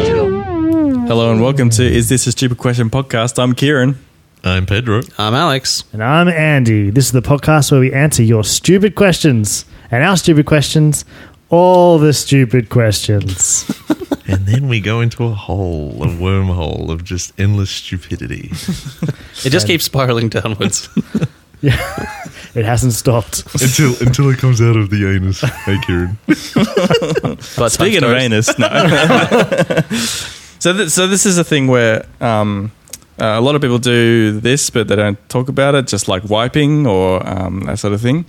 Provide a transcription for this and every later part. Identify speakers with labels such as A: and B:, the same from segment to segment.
A: Hello and welcome to Is This a Stupid Question podcast. I'm Kieran.
B: I'm Pedro.
C: I'm Alex.
D: And I'm Andy. This is the podcast where we answer your stupid questions and our stupid questions, all the stupid questions.
B: And then we go into a hole, a wormhole of just endless stupidity.
C: It just keeps spiraling downwards.
D: It hasn't stopped.
B: until until it comes out of the anus. Hey, Kieran.
C: But
A: Speaking of anus, no. so, th- so this is a thing where um, uh, a lot of people do this, but they don't talk about it, just like wiping or um, that sort of thing.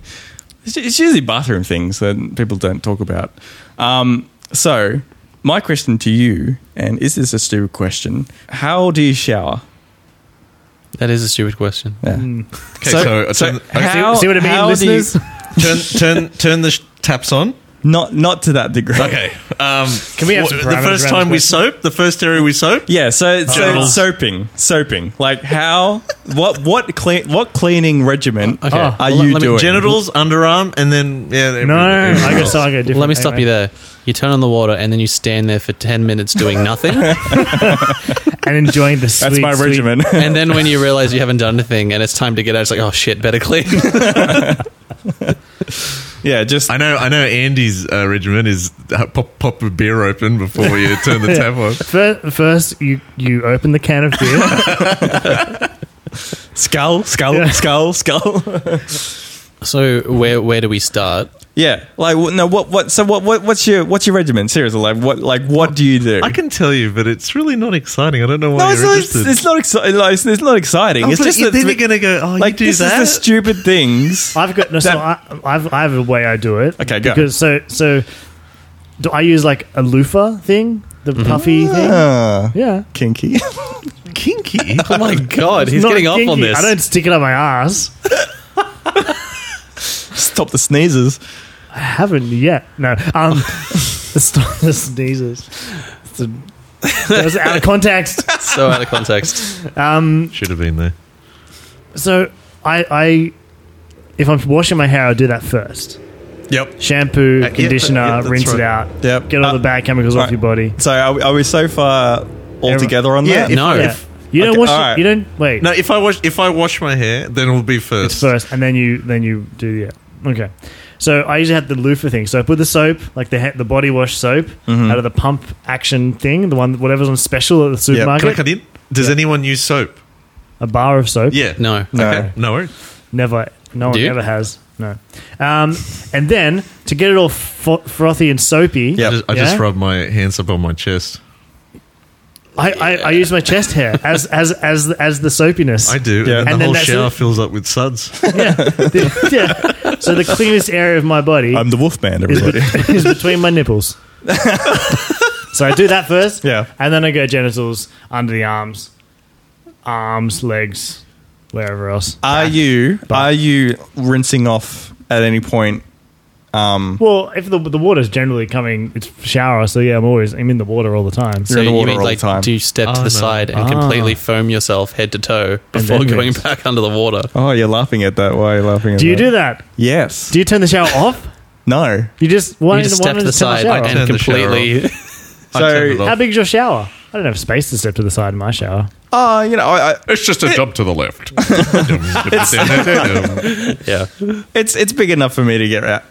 A: It's, it's usually bathroom things that people don't talk about. Um, so, my question to you, and is this a stupid question? How do you shower?
C: that is a stupid question.
A: Yeah.
B: Okay, so, I turn, I
A: how,
D: See what I mean,
A: how do you-
D: listeners?
B: turn turn turn the sh- taps on.
A: not not to that degree.
B: Okay. Um,
D: Can we have some
B: w- the
D: parameters
B: first
D: around
B: time we
D: this
B: soap? The first area we soap?
A: Yeah, so, so
B: Genitals.
A: it's soaping, soaping. Like how? What? What clean? What cleaning regimen
C: Okay.
A: are
C: Well,
A: you
C: let me-
A: doing?
B: Genitals, underarm, and then yeah.
D: No,
B: every- every-
D: I guess I go different.
C: Let me stop you
D: anyway.
C: there. You turn on the water and then you stand there for 10 minutes doing nothing.
D: And enjoying the sweet,
A: That's my
D: sweet-
A: regimen.
C: and then when you realize you haven't done anything and it's time to get out, it's like, oh shit, better clean.
A: yeah, just
B: I know. I know. Andy's uh, regiment is uh, pop pop a beer open before you turn the tap on.
D: Fir- First, you, you open the can of beer.
A: skull, skull,
D: Yeah.
A: skull, skull.
C: so where where do we start?
A: yeah, like wh- no. What? What? So what? what what's your what's your regimen? Seriously, like what? Like what do you do?
B: I can tell you, but it's really not exciting. I don't know why
A: no, it's
B: you're
A: not, it's,
B: interested.
A: it's not exciting. Like, it's, it's not exciting.
B: Oh,
A: it's
B: but
A: just
B: you-
A: that
B: then you're gonna go. Oh,
A: like
B: you do
A: this
B: that.
A: is the stupid things.
D: I've got no. so I, I've I have a way I do it.
A: Okay, go.
D: because so so do I use like a loofah thing, the
C: Mm-hmm.
D: puffy thing?
A: Ah,
D: Yeah,
A: kinky.
B: kinky.
C: Oh my god,
D: It's
C: he's
D: not
C: getting off on
D: kinky.
C: this.
D: I don't stick it up my ass.
A: Stop the sneezes.
D: I haven't yet. No, um, stop the sneezes. It's a- that was out of context.
C: so out of context.
D: Um,
B: Should have been there.
D: so I I if I'm washing my hair, I do that first.
B: Yep. Uh,
D: Shampoo,
B: yeah,
D: conditioner,
B: yeah, that's
D: rinse
B: right.
D: it out.
A: Yep.
D: Get all
A: Uh,
D: the bad chemicals off
A: right.
D: your body.
A: So are we, are we so far all
D: Everyone-
A: together on
B: Yeah,
A: that?
B: if-
C: No.
D: yeah. you don't
A: okay,
D: wash.
A: all
D: it-
A: right.
D: You don't wait.
B: No, if I wash if I wash my hair, then it'll be first.
D: It's first, and then you then you do yeah. Okay, so I usually had the loofah thing. So I put the soap, like the he- the body wash soap,
B: Mm-hmm.
D: out of the pump action thing, the one whatever's on special at the
B: Can I
D: supermarket,
B: cut in? Does anyone use soap?
D: a bar of soap.
B: Yeah.
C: No.
A: No.
B: Okay. No. worries.
D: never, no one
C: Do you?
D: ever has. No, um, and then to get it all fro- frothy and soapy,
A: Yeah.
B: I just, I just
D: Yeah?
B: rub my hands up on my chest.
D: I, I, I use my chest hair as as as as the soapiness.
B: I do.
A: Yeah.
B: And, the
D: And then
B: whole
D: that's
B: shower
D: it.
B: fills up with suds.
D: yeah. So the cleanest area of my body
A: I'm the Wolfman,
D: is,
A: everybody.
D: be- is between my nipples. so I do that first.
A: Yeah.
D: And then I go genitals, under the arms, arms, legs, wherever else.
A: Are you are you rinsing off at any point? Um,
D: Well, if the, the water's generally coming, it's shower, so yeah, I'm always I'm in the water all the time.
A: You're in the
C: you
A: water
C: mean
A: all the
C: like
A: time.
C: do you step to
B: Oh,
C: the
B: no.
C: side and
D: Ah.
C: completely foam yourself head to toe before
D: then
C: going
D: rinse.
C: back under the water?
A: Oh, you're laughing at that. Why are you laughing at
D: Do you do that?
A: Yes.
D: Do you turn the shower off?
A: no.
D: You just why
C: you just
D: why
C: step to the
D: not turn
C: side
D: shower off?
C: and
B: Turn the shower
C: completely
B: I
A: So-
B: turned it off.
D: How big's your shower? I don't have space to step to the side of my shower.
A: Oh, you know, I, I,
B: it's just a jump to the left. Dum, dum, dum.
C: yeah.
A: it's it's big enough for me to get out,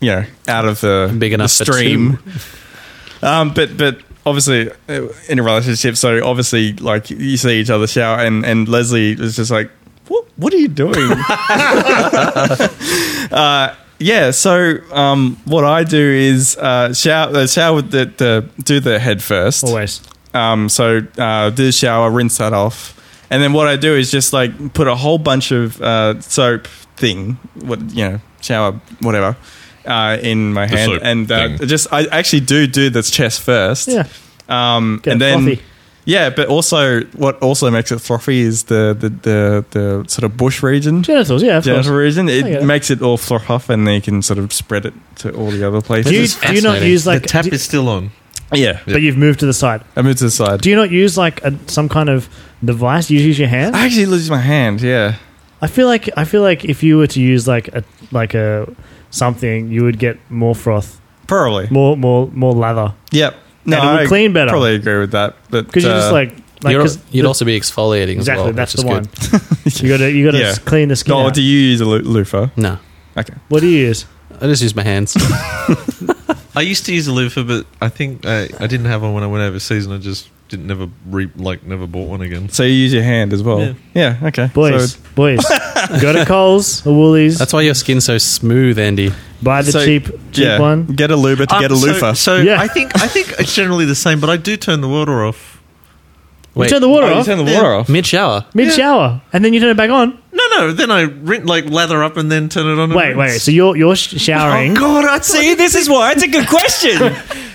A: you know, out of the
C: Big enough
A: the
C: for two.
A: stream. Um, but but obviously uh, in a relationship, so obviously like you see each other shower, and and Leslie was just like, what What are you doing? uh, yeah. So um, what I do is uh, shower uh, shower with the, the do the head first.
D: Always.
A: Um, so uh, do the shower, rinse that off, and then what I do is just like put a whole bunch of uh, soap thing, what you know, shower whatever, uh, in my hand,
B: soap
A: and uh,
B: thing.
A: just I actually do do the chest first,
D: Yeah.
A: um,
D: Get
A: and
D: it
A: then.
D: frothy.
A: Yeah, but also what also makes it frothy is the the, the, the sort of bush region,
D: Genitals, yeah, of
A: genital
D: course. Oh,
A: region.
D: I get
A: It
D: it.
A: makes it all fluff off, and then you can sort of spread it to all the other places.
D: Do you,
C: is
D: do you not
C: fascinating.
D: use like
B: the tap
D: do-
B: is still on.
A: yeah,
D: but you've moved to the side.
A: I moved to the side.
D: Do you not use like a, some kind of device? You use your hand.
A: I actually lose my hand. Yeah.
D: I feel like I feel like if you were to use like a like a something, you would get more froth,
A: Probably.
D: more more more lather.
A: Yep.
D: No, and it would
A: I
D: clean better.
A: Probably agree with that, but
D: because you're just
A: uh,
D: like, like
C: You're-
D: 'cause
C: you'd
D: the-
C: also be exfoliating as
D: exactly
C: well.
D: that's
C: which
D: the
C: is
D: one.
C: good.
D: you got to you got to
A: Yeah.
D: clean the skin.
A: Oh,
D: out.
A: do you use a loo- loofah?
C: No,
A: Okay.
D: what do you use?
C: I just use my hands.
B: I used to use a loofah, but I think I, I didn't have one when I went overseas, and I just didn't never re, like never bought one again.
A: So you use your hand as well.
B: Yeah.
A: Yeah. okay.
D: Boys,
A: So,
D: boys, go to Coles or Woolies.
C: That's why your skin's so smooth, Andy.
D: buy the
A: so-
D: cheap cheap
A: yeah.
D: one.
A: Get a luba to
B: Um,
A: get a
B: so-
A: loofah.
B: So,
D: Yeah.
B: I think I think it's generally the same, but I do turn the water off.
D: you
C: Wait,
D: turn the water
A: oh, you
D: off
A: turn the water off.
C: mid shower.
D: mid shower, and then you turn it back on.
B: No, no. Then I rin- like lather up and then turn it on. and
D: Wait, wait.
B: rinse.
D: So you're you're sh- showering.
A: Oh, God, I see. This is why it's a good question.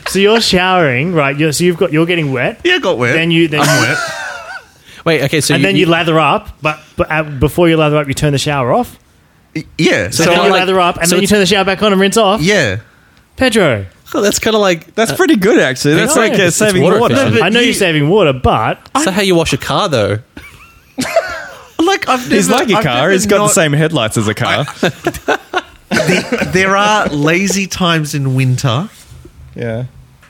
D: so you're showering, right? You're, so you've got you're getting wet.
B: yeah, got wet.
D: Then you then you,
B: wet.
C: Wait, okay, so
D: and then you lather up, but but uh, before you lather up, you turn the shower off.
B: Yeah. So,
D: So then
C: kinda
D: you
C: like-
D: lather up, and
C: so
D: then you
C: it's-
D: turn the shower back on and rinse off.
B: yeah.
D: Pedro,
C: Oh, that's kind of like
A: That's pretty good, actually. That's
D: Yeah,
A: like uh,
D: it's- it's
A: saving
C: water
A: water.
C: efficient.
B: But
D: I know
B: you-
D: you're saving water, but
C: that's how you wash a car, though.
B: Like I've never,
A: He's like a
B: I've
A: car.
B: never
A: He's got the
B: not-
A: same headlights as a car.
B: There are lazy times in winter
A: yeah.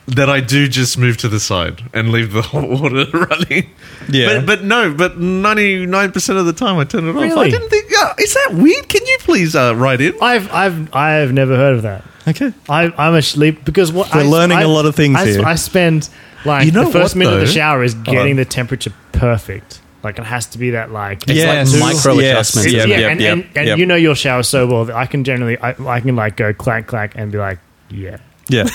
B: that I do just move to the side and leave the hot water running.
A: Yeah.
B: But, but no, but 99% of the time I turn it off.
D: Really?
B: I didn't think, uh, is that weird? Can you please uh, write in?
D: I've I've I've never heard of that.
A: Okay.
D: I, I'm asleep because what
A: We're
D: I,
A: learning
D: I,
A: a lot of things
D: I,
A: here.
D: I spend like
B: You know
D: the first
B: what,
D: minute of the
B: though?
D: shower is getting
A: on.
D: the temperature perfect. Like it has to be that like
C: Yeah, Yes. micro adjustments.
A: Yes.
D: yeah,
A: Yep, yep,
D: and,
A: yep,
D: and, and
A: yep.
D: you know your shower so well that I can generally I, I can like go clank clank and be like yeah,
A: Yeah.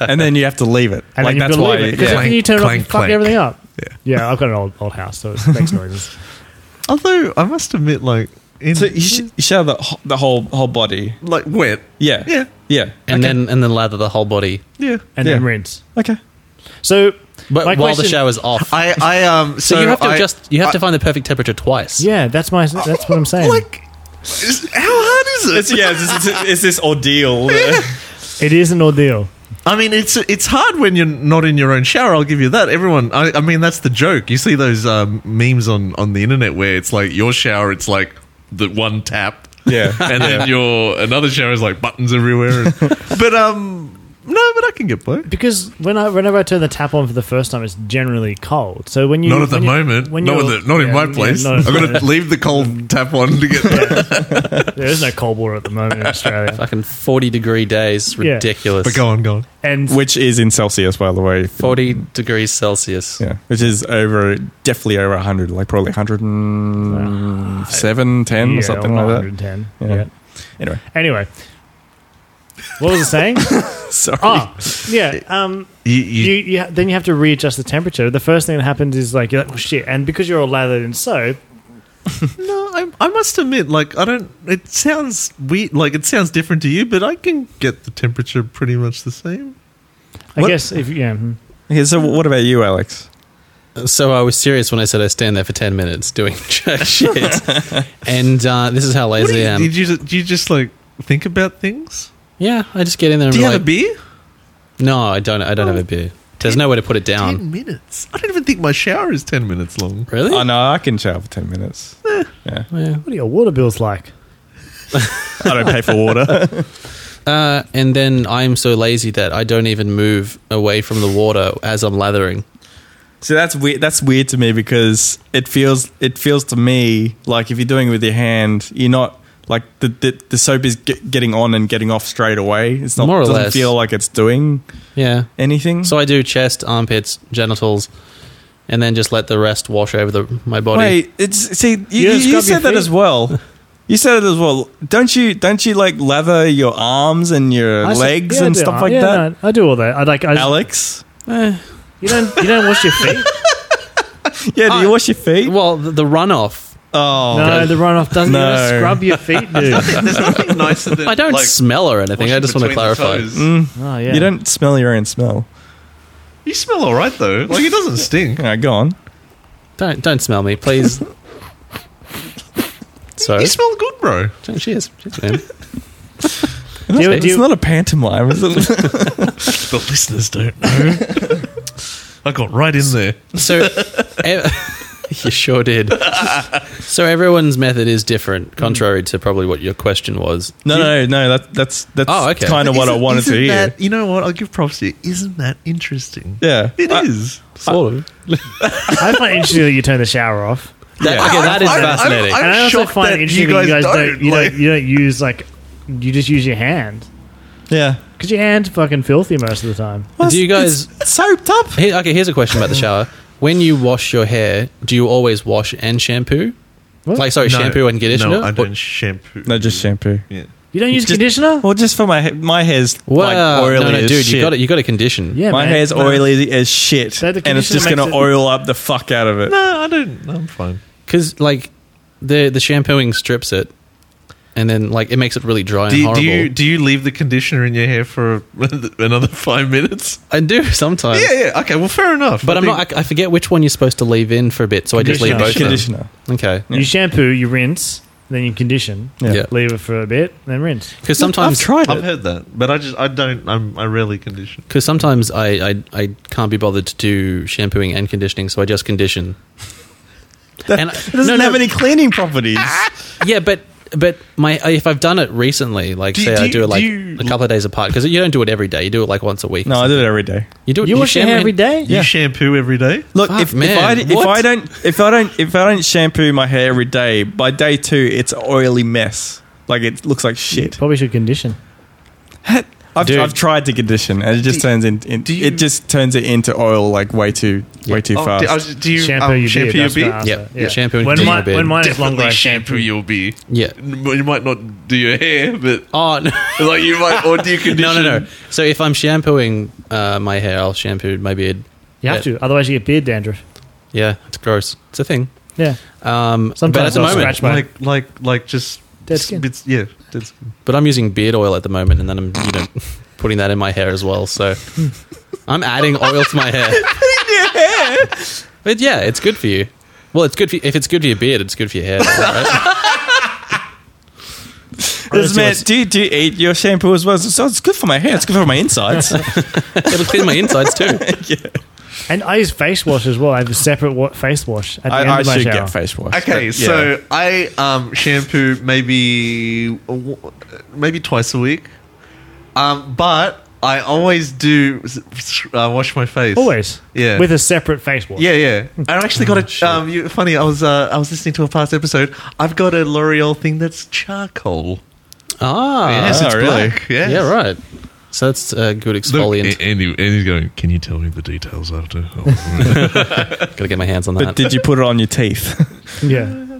A: and then you have to leave it.
D: and
A: like
D: then
A: that's
D: you've got to
A: why.
D: leave it because
A: yeah.
D: then you turn it off and
B: Clank,
D: fuck
B: clank.
D: everything up. Yeah, I've got an old old house, so it makes noises.
B: Although I must admit, like, in,
A: So you, sh- you shower the, ho- the whole whole body.
B: like wet.
A: Yeah.
B: Yeah.
A: Yeah.
C: and then and then lather the whole body.
B: Yeah.
D: and then
A: Yeah.
D: rinse.
A: Okay.
D: So,
C: But
D: My
C: while the
D: question-
C: shower's off,
B: I, I, um,
C: so,
B: so,
C: you have to
B: I-
C: adjust. You have
B: I-
C: to find the perfect temperature twice.
D: yeah, that's my that's what I'm saying.
B: Like, is, how hard is
A: It's,
B: it?
A: yeah. It's, it's, it's this ordeal.
D: it is an ordeal.
B: I mean, it's it's hard when you're not in your own shower. I'll give you that. Everyone, I, I mean, that's the joke. You see those um, memes on on the internet where it's like your shower, it's like the one tap,
A: Yeah.
B: and then your another shower is like buttons everywhere. And, but um, no, but I can get by.
D: Because when I whenever I turn the tap on for the first time, it's generally cold. So when you
B: Not at the
D: when you-
B: moment.
D: when
B: not
D: you're-
B: at the, not in
D: yeah,
B: my
D: yeah,
B: place.
D: not at
B: I've
D: the
B: got
D: moment.
B: to leave the cold tap on to get.
D: there is no cold water at the moment in Australia.
C: Fucking forty degree days,
D: Yeah.
C: ridiculous.
B: But go on, go on.
D: And
A: Which is in Celsius, by the way.
C: Forty degrees Celsius.
A: Yeah, which is over, definitely over 100, like probably 107, 10
D: yeah,
A: or something like that.
D: 110. Yeah.
A: Yeah. Anyway,
D: Anyway, what was it saying?
A: sorry.
D: oh, yeah. Um,
B: You,
D: you,
B: you,
D: you ha- then you have to readjust the temperature. The first thing that happens is like you're like, oh shit, and because you're all lathered in soap,
B: no, I, I must admit, like I don't. It sounds weird. Like it sounds different to you, but I can get the temperature pretty much the same.
D: I
A: What-
D: guess if yeah, mhm.
A: Okay, so what about you, Alex?
C: So I was serious when I said I stand there for ten minutes doing jack shit, and uh, this is how
B: What do
C: lazy
B: you-
C: I am.
B: Did you do you just like think about things?
C: yeah, I just get in there and
B: Do
C: be
B: you
C: like,
B: have a beer?
C: no, I don't. I don't have a beer. There's nowhere to put it down.
B: ten minutes. I don't even think my shower is ten minutes long.
C: Really?
A: Oh, no, I can shower for 10 minutes. yeah.
C: yeah.
D: what are your water bills like?
A: I don't pay for water.
C: Uh, and then I'm so lazy that I don't even move away from the water as I'm lathering.
A: so that's weird. That's weird to me because it feels it feels to me like if you're doing it with your hand, you're not like the the, the soap is get, getting on and getting off straight away. It's not
C: More or
A: doesn't
C: less.
A: feel like it's doing
C: Yeah.
A: anything.
C: So I do chest, armpits, genitals, and then just let the rest wash over the, my body.
A: Wait, it's see you,
D: You
A: you,
D: don't
A: you
D: scrub your
A: said that
D: feet.
A: as well. You said it as well. Don't you? Don't you like lather your arms and your
D: I said-
A: legs
D: yeah, I
A: and
D: do.
A: stuff like
D: Yeah,
A: that?
D: no, I do all that. I like I just-
A: Alex,
C: Eh.
D: you don't you don't wash your feet.
A: yeah. Do you
C: I-
A: wash your feet?
C: Well, the, the runoff.
A: Oh,
D: No, the runoff doesn't. You
A: No.
D: gotta scrub your feet, dude.
B: There's nothing nicer than
C: I don't smell or anything. I just want to clarify.
A: Mm,
D: oh, yeah.
A: You don't smell your own smell.
B: You smell all right though. Like it doesn't stink.
A: All right, go on.
C: Don't don't smell me, please. so
B: You smell good, bro.
C: cheers, cheers, man.
A: It's,
D: you-
A: it's
D: do you-
A: not a pantomime. Is it?
B: The listeners don't know. I got right in there.
C: So, e- you sure did. so everyone's method is different, contrary to probably what your question was.
A: No, no, no. That, that's that's
C: Oh, okay.
A: kind of what I
B: Isn't-
A: wanted to
B: isn't
A: hear.
B: that- you know what? I'll give props to you. Isn't that interesting?
A: yeah,
B: It is.
A: I-
C: Sort of.
D: I find it interesting that you turn the shower off.
C: That,
A: Yeah.
C: Okay, that is fascinating.
B: I'm
D: and I also
B: shocked
D: find
B: that
D: it interesting
B: you
D: that you
B: guys
D: guys don't,
B: don't,
D: you,
B: like-
D: don't, you don't use like you just use your hand
A: Yeah,
D: because your hand's fucking filthy most of the time.
C: do you guys?
A: soaped up.
C: Here, okay, here's a question about the shower. When you wash your hair, do you always wash and shampoo?
D: What?
C: Like, sorry,
B: No,
C: shampoo and conditioner.
B: No, I
C: What-
B: don't shampoo.
A: No, just shampoo.
B: Yeah.
D: You don't use
A: Just-
D: conditioner?
A: Well, just for my ha- my hair's
C: Wow,
A: like oily
C: no, no,
A: as
C: dude,
A: shit.
C: you got it. You got to condition.
D: Yeah,
A: my
D: man.
A: hair's
D: No.
A: oily as shit,
D: So the
A: and it's just
D: conditioner
A: gonna
D: makes it-
A: oil up the fuck out of it.
B: No, I don't. I'm fine.
C: because like the the shampooing strips it, and then like it makes it really dry
B: Do
C: and
B: you,
C: horrible.
B: do you do you leave the conditioner in your hair for another five minutes?
C: I do sometimes.
B: yeah, yeah. Okay, well, fair enough.
C: But
B: I
C: I'm
B: think-
C: not. I, I forget which one you're supposed to leave in for a bit, so I just leave both. of them.
A: Conditioner.
C: Okay.
D: You shampoo, you rinse, then you condition.
A: Yeah.
C: Yeah.
D: Leave it for a bit, then rinse.
C: Because sometimes
B: I've heard that, but I just I don't. I'm, I rarely condition.
C: Because sometimes I, I I can't be bothered to do shampooing and conditioning, so I just condition. and
A: It doesn't have any cleaning properties.
C: yeah, but but my if I've done it recently, like
B: Do you-
C: say
B: do
C: I
B: you-
C: do it like
B: do you-
C: a couple of days apart, because you don't do it every day. You do it like once a week.
A: no, I do it every day.
C: you do it.
D: You wash your hair
C: shampoo-
D: every day?
B: You shampoo every day.
A: Look,
C: Fuck,
A: if, if
C: man,
A: I if
C: what?
A: I don't if I don't if I don't shampoo my hair every day, by day two it's an oily mess. Like it looks like shit.
D: Probably should condition.
A: I've,
C: Dude.
A: I've tried to condition, and it just
B: Do-
A: turns in, in
B: do you-
A: it just turns it into oil like way too way too
B: Oh,
A: fast.
B: do, I was- do you
D: Shampoo
B: um,
D: your
B: shampoo your
D: beard. that's what I
B: beard?
D: asked
C: Yep.
D: her.
C: Yeah, shampoo and
D: when
C: condition
D: mine,
C: your beard.
D: when mine is longer,
B: Definitely
D: I
B: shampoo
D: shampoo.
B: your beard.
C: Yeah.
B: Well, You might not do your hair, but
C: Oh no.
B: like you might or do you condition.
C: No, no, no. So if I'm shampooing uh, my hair, I'll shampoo my beard.
D: You have to, otherwise you get beard dandruff.
C: Yeah, it's gross. It's a thing.
D: Yeah,
C: Um, but at
D: Sometimes
C: the
D: I'll
C: moment,
D: scratch my-
B: Like, like, like, just
D: Dead skin.
B: Bits, yeah, dead skin.
C: but I'm using beard oil at the moment, and then I'm you know putting that in my hair as well. So I'm adding oil to my hair. But yeah, it's good for you. Well, it's good for if it's good for your beard, it's good for your hair. Right?
A: This man, do you, do you eat your shampoo as well? So it's good for my hair. It's good for my insides.
C: It'll clean my insides too.
D: and I use face wash as well. I have a separate wa- face wash at the
A: I,
D: end
A: I
D: of my
A: should
D: shower.
A: get face wash.
B: Okay,
A: but yeah.
B: so I um, shampoo maybe uh, maybe twice a week, um, but I always do uh, wash my face.
D: Always,
B: Yeah.
D: with a separate face wash.
B: Yeah, yeah. I actually
C: Mm.
B: got a. Um, you, funny, I was uh, I was listening to a past episode. I've got a L'Oreal thing that's charcoal. Uh,
C: Ah,
A: Yes, it's really?
B: yes.
C: yeah, right. So that's a good exfoliant.
B: Andy, Andy's going. Can you tell me the details after?
C: Gotta get my hands on that.
A: But did you put it on your teeth?
D: yeah.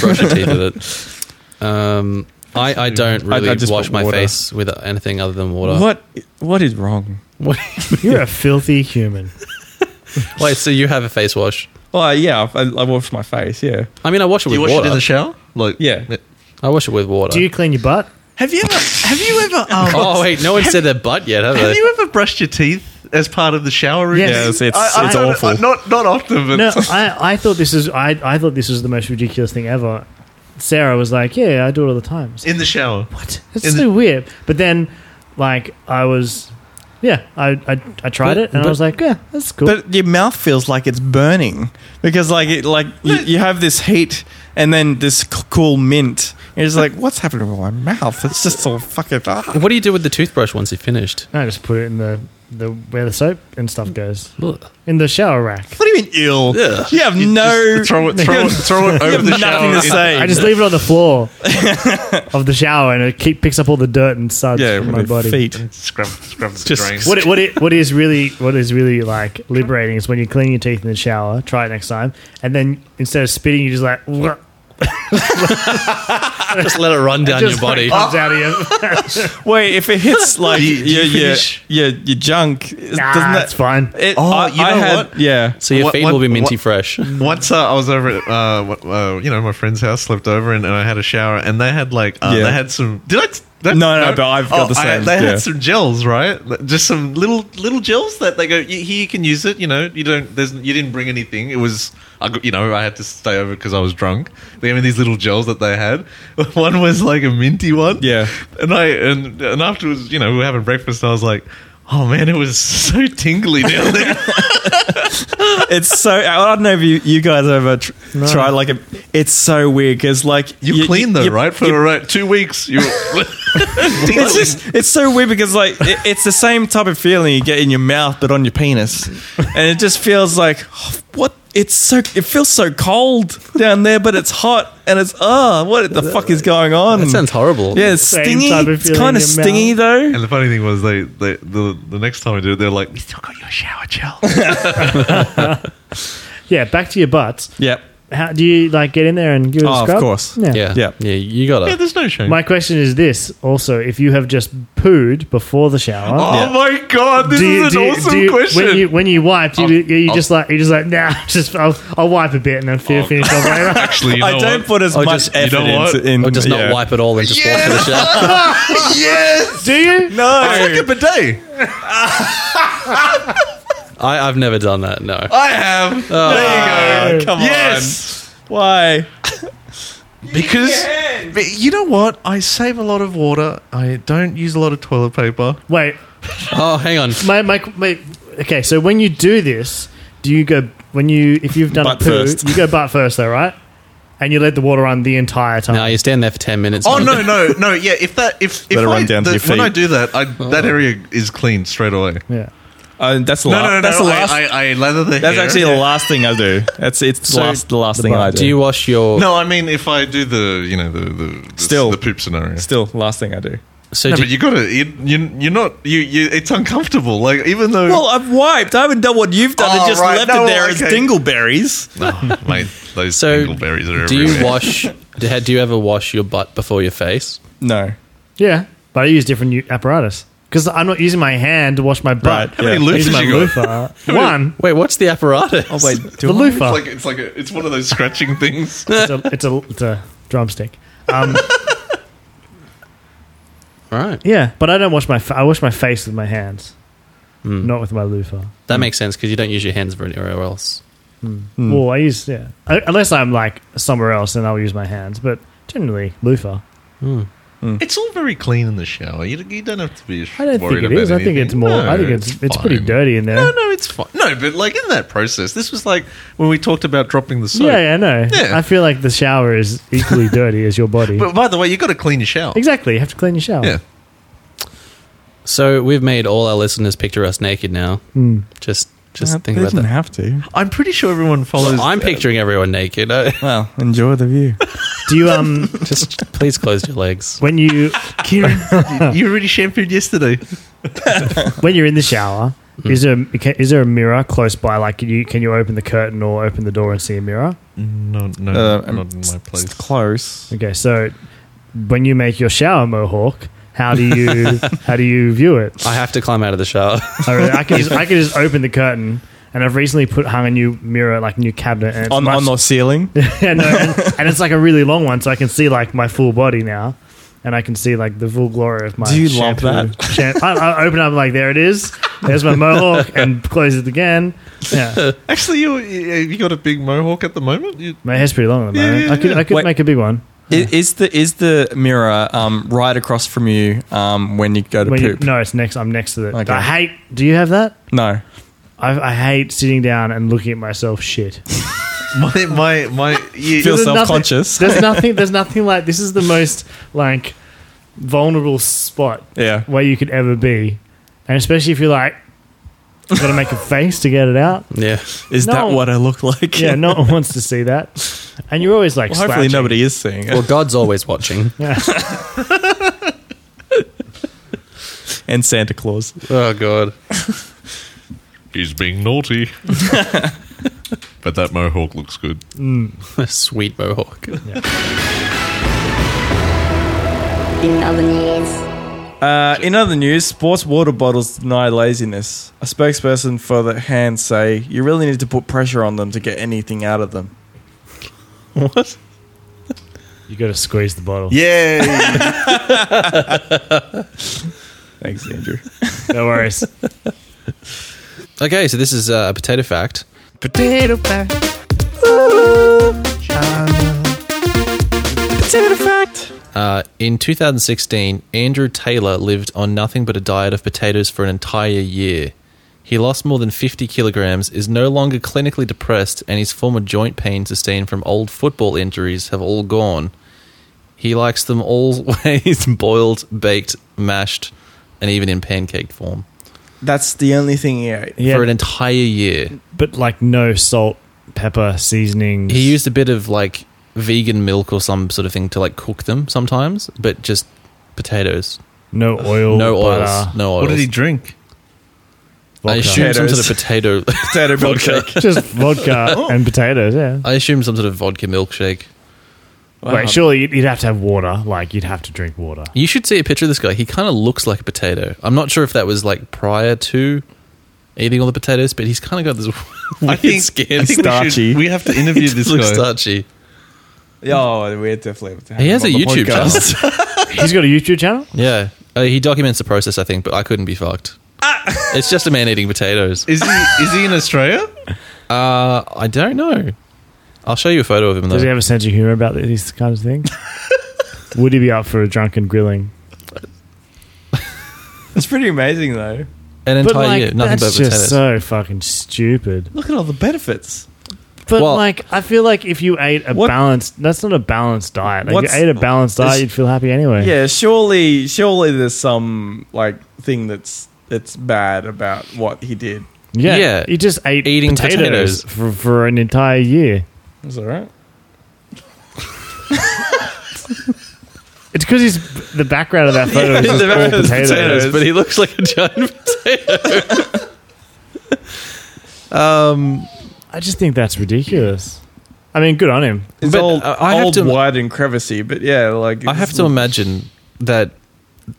C: brush your teeth with it. Um, I, I don't really
A: Mm. I just
C: wash
A: put
C: my
A: water.
C: face with anything other than water.
A: what What is wrong?
C: What-
D: You're a filthy human.
C: Wait, so you have a face wash?
A: Well, yeah, I, I wash my face. Yeah,
C: I mean, I wash it
B: Do you
C: with
B: wash
C: water.
B: it in the shower? Like,
A: yeah.
C: I wash it with water.
D: Do you clean your butt?
B: Have you ever? Have you ever? Um,
C: oh wait, no one said their butt yet, have
B: Have
C: they?
B: you ever brushed your teeth as part of the shower routine?
D: Yes. Yeah,
A: it's- it's- it's
B: don't-
A: awful.
B: uh, Not not often, but
D: No, I, I thought this is I, I thought this was the most ridiculous thing ever. Sarah was like, "Yeah, I do it all the time." I was like,
B: in the shower.
D: what? That's
B: in
D: so weird. But then, like, I was, yeah, I I, I tried
C: But-
D: it and
C: but-
D: I was like, yeah, that's cool.
A: But your mouth feels like it's burning because, like, it like you, you have this heat and then this c- cool mint. And it's like, what's happening with my mouth? It's just all fucking. Ah.
C: What do you do with the toothbrush once you've finished?
D: No, I just put it in the the where the soap and stuff goes
C: Ugh.
D: in the shower rack.
A: What do you mean ill?
C: Yeah.
A: You have no.
B: Just throw it, throw it, throw it
A: you
B: over
A: have
B: the
A: nothing
B: shower.
A: to say.
D: I just leave it on the floor of the shower and it keep, picks up all the dirt and suds
A: yeah,
D: from my
A: with
D: body.
A: feet.
B: Scrub, scrub the
A: Just-
B: drains.
D: What it, what it, what is really what is really like liberating is when you clean your teeth in the shower. Try it next time, and then instead of spitting, you just like "Wah,"
C: Just let it run down your
D: just
C: body.
D: like comes out of you.
A: Wait, if it hits like
B: Do you- do you
A: your, your,
B: finish?
A: your your junk, doesn't
D: nah,
A: that?
D: it's fine.
A: It,
B: Oh,
A: I,
B: you
A: I
B: know
A: had,
B: what?
A: Yeah.
C: So your
B: What-
C: feet
B: what-
C: will be minty
B: what-
C: fresh.
B: Once uh, I was over at uh, what- uh, you know my friend's house, slept over, and, and I had a shower, and they had like uh,
A: Yeah.
B: they had some. Did I? t- that-
A: No, no, but I've got the
B: I-
A: same,
B: they
A: yeah.
B: had some gels, right? Just some little little gels that they go. "Y- Here you can use it. You know, you don't. There's you didn't bring anything. It was I, got- you know I had to stay over because I was drunk. They gave me these little gels that they had. One was like a minty one,
A: Yeah.
B: and I and and afterwards, you know, we were having breakfast, and I was like. Oh man, it was so tingly down there.
A: It's so. I don't know if you, you guys ever tr-
D: No.
A: try like a. It's so weird because like
B: You, clean though,
A: you-
B: right? For
A: you-
B: right two weeks, you.
A: it's just it's so weird because like it, it's the same type of feeling you get in your mouth but on your penis, and it just feels like what it's so it feels so cold down there but it's hot and it's ah what the fuck is going on?
C: That sounds horrible.
A: Yeah, it's
D: Same
A: stingy.
D: type of
A: It's
D: feeling
A: kind of
D: in your
A: stingy
D: mouth.
A: though.
B: and the funny thing was, they, they the the next time I did it, they're like, "We still got your shower gel."
D: Yeah, back to your butts.
A: Yep.
D: How do you like get in there and give it
A: Oh,
D: a
A: of
D: scrub?
A: course.
D: Yeah.
C: yeah,
A: Yeah.
C: yeah. you gotta.
B: yeah, there's no shame.
D: My question is this: also, if you have just pooed before the shower,
B: oh
A: Yeah.
B: my god, this is an awesome
D: do you-
B: question.
D: When you when you wipe, do you,
B: I'll-
D: you, you
B: I'll-
D: just like you just like nah, just I'll, I'll wipe a bit and then feel
B: Oh.
D: finish off later.
B: Actually, you know
A: I don't
B: what?
A: put as
C: Or
A: much
C: Oh, just- you
A: effort
B: know what?
A: into in
C: or just not
A: yeah.
C: wipe at all and just walk to the shower.
B: yes,
D: Do you?
B: it's like a bidet.
C: I, I've never done that. No,
B: I have. there you go.
A: come on.
B: yes.
A: Why?
B: Because but you know what? I save a lot of water. I don't use a lot of toilet paper.
D: Wait,
C: Oh, hang on.
D: my, my my okay. So when you do this, do you go when you if you've done
A: Butt
D: a poo,
A: first.
D: you go butt first though, right? And you let the water run the entire time.
C: Now you stand there for ten minutes.
B: Oh no, no, no! Yeah, if that if if
A: Let it
B: I,
A: run down to
B: the-
A: your
B: when
A: feet.
B: I do that, I, that area is clean straight away.
D: yeah.
A: Uh, that's the
B: No,
A: last.
B: no, no,
A: that's
B: no,
A: the
B: I-
A: last.
B: I, I, lather the
A: that's
B: hair.
A: actually the last thing I do. That's it's the
C: So,
A: last the last
D: the
A: thing
D: bum.
A: I do.
C: Do you wash your?
B: No, I mean if I do the you know the the, the
A: Still.
B: the poop scenario.
A: Still, last thing I do.
C: So
B: No,
C: do
B: but you gotta you, you you're not you, you it's uncomfortable. Like even though
A: Well, I've wiped. I haven't done what you've done.
B: Oh,
A: I just
B: right.
A: left
B: No,
A: it there as
B: okay.
A: dingleberries.
B: oh, mate, those
C: So,
B: dingleberries are everywhere.
C: do you wash? do do you ever wash your butt before your face?
A: No.
D: Yeah, but I use different u- apparatus because I'm not using my hand to wash my butt.
A: Right,
B: How many
A: Yeah.
D: I use
B: loofahs
D: my
B: you got?
D: loofah. One,
C: Wait, what's the apparatus?
A: Oh wait,
D: the
A: do I?
D: loofah.
B: It's like it's like a, it's one of those scratching things.
D: it's, a, it's a it's a drumstick. Um,
C: All right,
D: yeah, but I don't wash my fa- I wash my face with my hands,
C: Hmm.
D: not with my loofah.
C: that makes sense because you don't use your hands for anywhere else.
A: Hmm.
D: Well, I use yeah, I, unless I'm like somewhere else, then I'll use my hands. But generally, loofah.
B: It's all very clean in the shower. You, you don't have to be.
D: I don't
B: worried
D: think it is.
B: about
D: I think it's
B: anything.
D: more.
B: No,
D: I think it's it's, pretty
B: fine.
D: dirty in there.
B: No, no, it's fine. No, but like in that process, this was like when we talked about dropping the soap.
D: yeah, yeah, no.
B: Yeah.
D: I feel like the shower is equally dirty as your body.
B: But by the way, you got to clean your shower.
D: exactly, you have to clean your shower.
B: Yeah.
C: So we've made all our listeners picture us naked now.
D: Mm.
C: Just, just
A: Uh,
C: think
A: they
C: about
A: didn't
C: that.
A: have to.
B: I'm pretty sure everyone follows.
C: I'm picturing everyone naked. Uh,
A: Well, enjoy the view.
D: Do you um
C: just please close your legs.
D: when you
B: Kieran, you already shampooed yesterday.
D: when you're in the shower,
B: Hmm.
D: is there a, ca- is there a mirror close by? Like, can you can you open the curtain or open the door and see a mirror?
B: No, no,
A: Uh,
B: not in my place.
A: It's close.
D: Okay, so when you make your shower mohawk, how do you how do you view it?
C: I have to climb out of the shower.
D: I, really, I can just, I can just open the curtain, and I've recently put hung a new mirror, like new cabinet, and it's
A: On,
D: much-
A: on the ceiling.
D: yeah, no, and, and it's like a really long one, so I can see like my full body now, and I can see like the full glory of my.
A: Do you love
D: shampoo. Sham- I, I open up like there it is. There's my mohawk, and close it again. Yeah,
B: Actually, you you you got a big mohawk at the moment. You,
D: my hair's pretty long at the
B: Yeah,
D: moment.
B: yeah,
D: I could I could
A: Wait.
D: make a big one.
A: I- Is, the is the mirror um, right across from you um, when you go to
D: When you-
A: poop?
D: no, it's next. I'm next to it.
A: Okay.
D: I hate. Do you have that?
A: no.
D: I, I hate sitting down and looking at myself. Shit.
B: my my my. You,
A: Feel
D: There's nothing-
A: self-conscious.
D: There's nothing. There's nothing like this. Is the most like vulnerable spot
A: Yeah.
D: where you could ever be, and especially if you're like, got to make a face to get it out.
C: yeah.
A: Is
D: No.
A: that what I look like?
D: Yeah, no one wants to see that, and you're always like,
A: Well, hopefully
D: slouching.
A: nobody is seeing it.
C: Well, God's always watching.
D: Yeah.
A: and Santa Claus.
C: Oh God.
B: he's being naughty. but that mohawk looks good.
C: Sweet mohawk.
E: In other news,
A: Uh, in other news, sports water bottles deny laziness. A spokesperson for the hand say, "You really need to put pressure on them to get anything out of them."
C: What?
D: You got to squeeze the bottle.
B: Yeah.
A: Thanks, Andrew.
D: No worries.
C: Okay, so this is uh, a potato fact.
A: Potato fact. Potato fact.
C: Uh, in 2016, Andrew Taylor lived on nothing but a diet of potatoes for an entire year. He lost more than 50 kilograms, is no longer clinically depressed, and his former joint pain sustained from old football injuries have all gone. He likes them all ways boiled, baked, mashed, and even in pancake form
A: That's the only thing he ate.
D: Yeah,
C: for an entire year.
D: but like no salt, pepper, seasoning.
C: He used a bit of like vegan milk or some sort of thing to like cook them sometimes, but just potatoes.
D: no oil,
C: no oils.
D: butter,
C: no
B: Oh,
C: oils.
B: uh, What did he drink?
C: I
D: vodka.
C: assume some sort of potato.
A: Potato milkshake.
D: just vodka and potatoes. Yeah.
C: I assume some sort of vodka milkshake.
A: Wow.
D: Wait, surely you'd, you'd have to have water. Like you'd have to drink water.
C: You should see a picture of this guy. He kind of looks like a potato. I'm not sure if that was like prior to eating all the potatoes, but he's kind of got this weird
B: I think,
C: skin.
B: I think we,
A: starchy.
B: should, we have to interview
C: He
B: this guy.
C: looks starchy.
A: Oh, we had definitely. have to have
C: He has a
A: him on the
C: YouTube
A: podcast.
C: channel.
D: He's got a YouTube channel.
C: yeah, uh, he documents the process. I think, but I couldn't be fucked. it's just a man eating potatoes.
B: Is he is he in Australia?
C: Uh, I don't know. I'll show you a photo of him though.
D: Does he have a sense of humor about these kinds of things? Would he be up for a drunken grilling?
A: It's pretty amazing, though.
C: An entire
D: like,
C: year, nothing but
D: that's
C: potatoes.
D: just uh, so fucking stupid.
A: Look at all the benefits.
D: But
C: Well-
D: like, I feel like if you ate a
A: What-
D: balanced, that's not a balanced diet. Like, if
A: What's-
D: you ate a balanced diet,
A: is-
D: you'd feel happy anyway.
A: Yeah, surely, surely there's some like thing that's that's bad about what he did.
D: yeah.
C: Yeah.
D: You just ate
C: Eating potatoes.
D: potatoes, for, for an entire year.
A: Is that right?
D: It's because he's the background of that photo is just all potatoes.
A: potatoes.
C: but he looks like a giant potato. um,
D: I just think that's ridiculous. I mean, good on him.
A: It's
C: But,
A: all
C: uh, I have
A: old,
C: to-
A: wide, and crevassy. But yeah, like
C: I have
A: it's-
C: to imagine that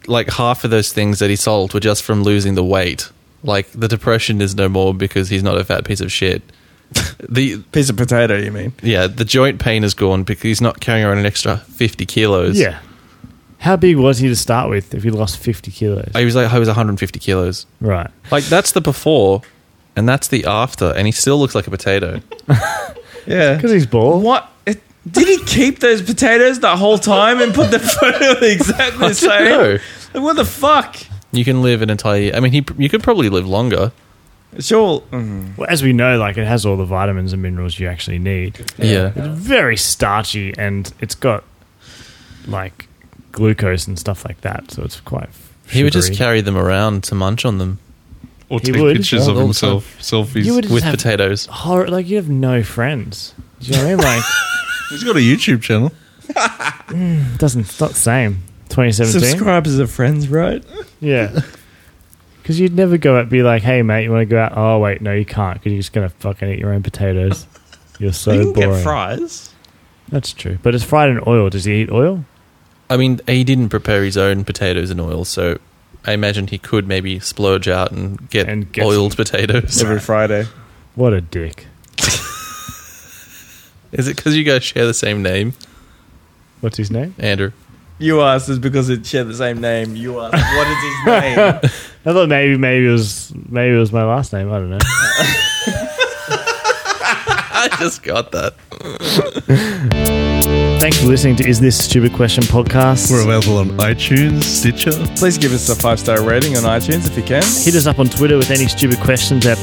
C: like half of those things that he sold were just from losing the weight. Like the depression is no more because he's not a fat piece of shit. The
A: piece of potato. You mean?
C: yeah, the joint pain is gone because he's not carrying around an extra fifty kilos.
D: Yeah. How big was he to start with if he lost 50 kilos?
C: Oh, he was like he was one hundred and fifty kilos.
D: right.
C: Like that's the before, and that's the after, and he still looks like a potato.
A: Yeah.
D: Because he's bald.
A: What? It, did he keep those potatoes the whole time and put the photo exactly the
C: I don't know.
A: same? Like, what the fuck?
C: You can live an entire. year. I mean, he you could probably live longer.
A: It's all. Mm.
D: Well, as we know, like, it has all the vitamins and minerals you actually need.
C: Yeah.
D: It's very starchy and it's got like glucose and stuff like that. So it's quite.
C: He would just
D: sugary.
C: carry them around to munch on them
B: Or
D: He
B: take
D: would.
B: pictures
C: All
B: of
C: the
B: himself, selfies.
D: You would just
C: with
D: have
C: potatoes.
D: Hor- like you have no friends. Do you know what I mean? Like
B: He's got a YouTube channel.
D: it doesn't. It's not the same. 2017.
A: Subscribers are friends, right?
D: Yeah. Because you'd never go out and be like, "Hey, mate, you want to go out?" Oh, wait, no, you can't. Because you're just gonna fucking eat your own potatoes. You're so
A: you can
D: boring.
A: get fries.
D: That's true. But it's fried in oil. Does he eat oil?
C: I mean, he didn't prepare his own potatoes and oil, so I imagine he could maybe splurge out and get,
D: And get
C: oiled potatoes.
A: Every Friday.
D: What a dick.
C: Is it because you guys share the same name,
D: What's his name?
C: Andrew?
A: You asked is because it shared the same name. You asked, what is his name?
D: I thought maybe maybe it was maybe it was my last name. I don't know.
C: I just got that.
D: Thanks for listening to Is This Stupid Question podcast.
B: We're available on iTunes, Stitcher.
A: Please give us a five star rating on iTunes if you can.
D: Hit us up on Twitter with any stupid questions at,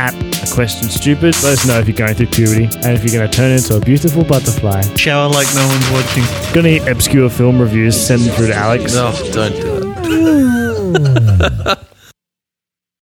D: at a question stupid. Let us know if you're going through puberty and if you're going to turn into a beautiful butterfly.
B: Shower like no one's watching.
D: Gonna need obscure film reviews. Send them through to Alex.
C: No, don't do that.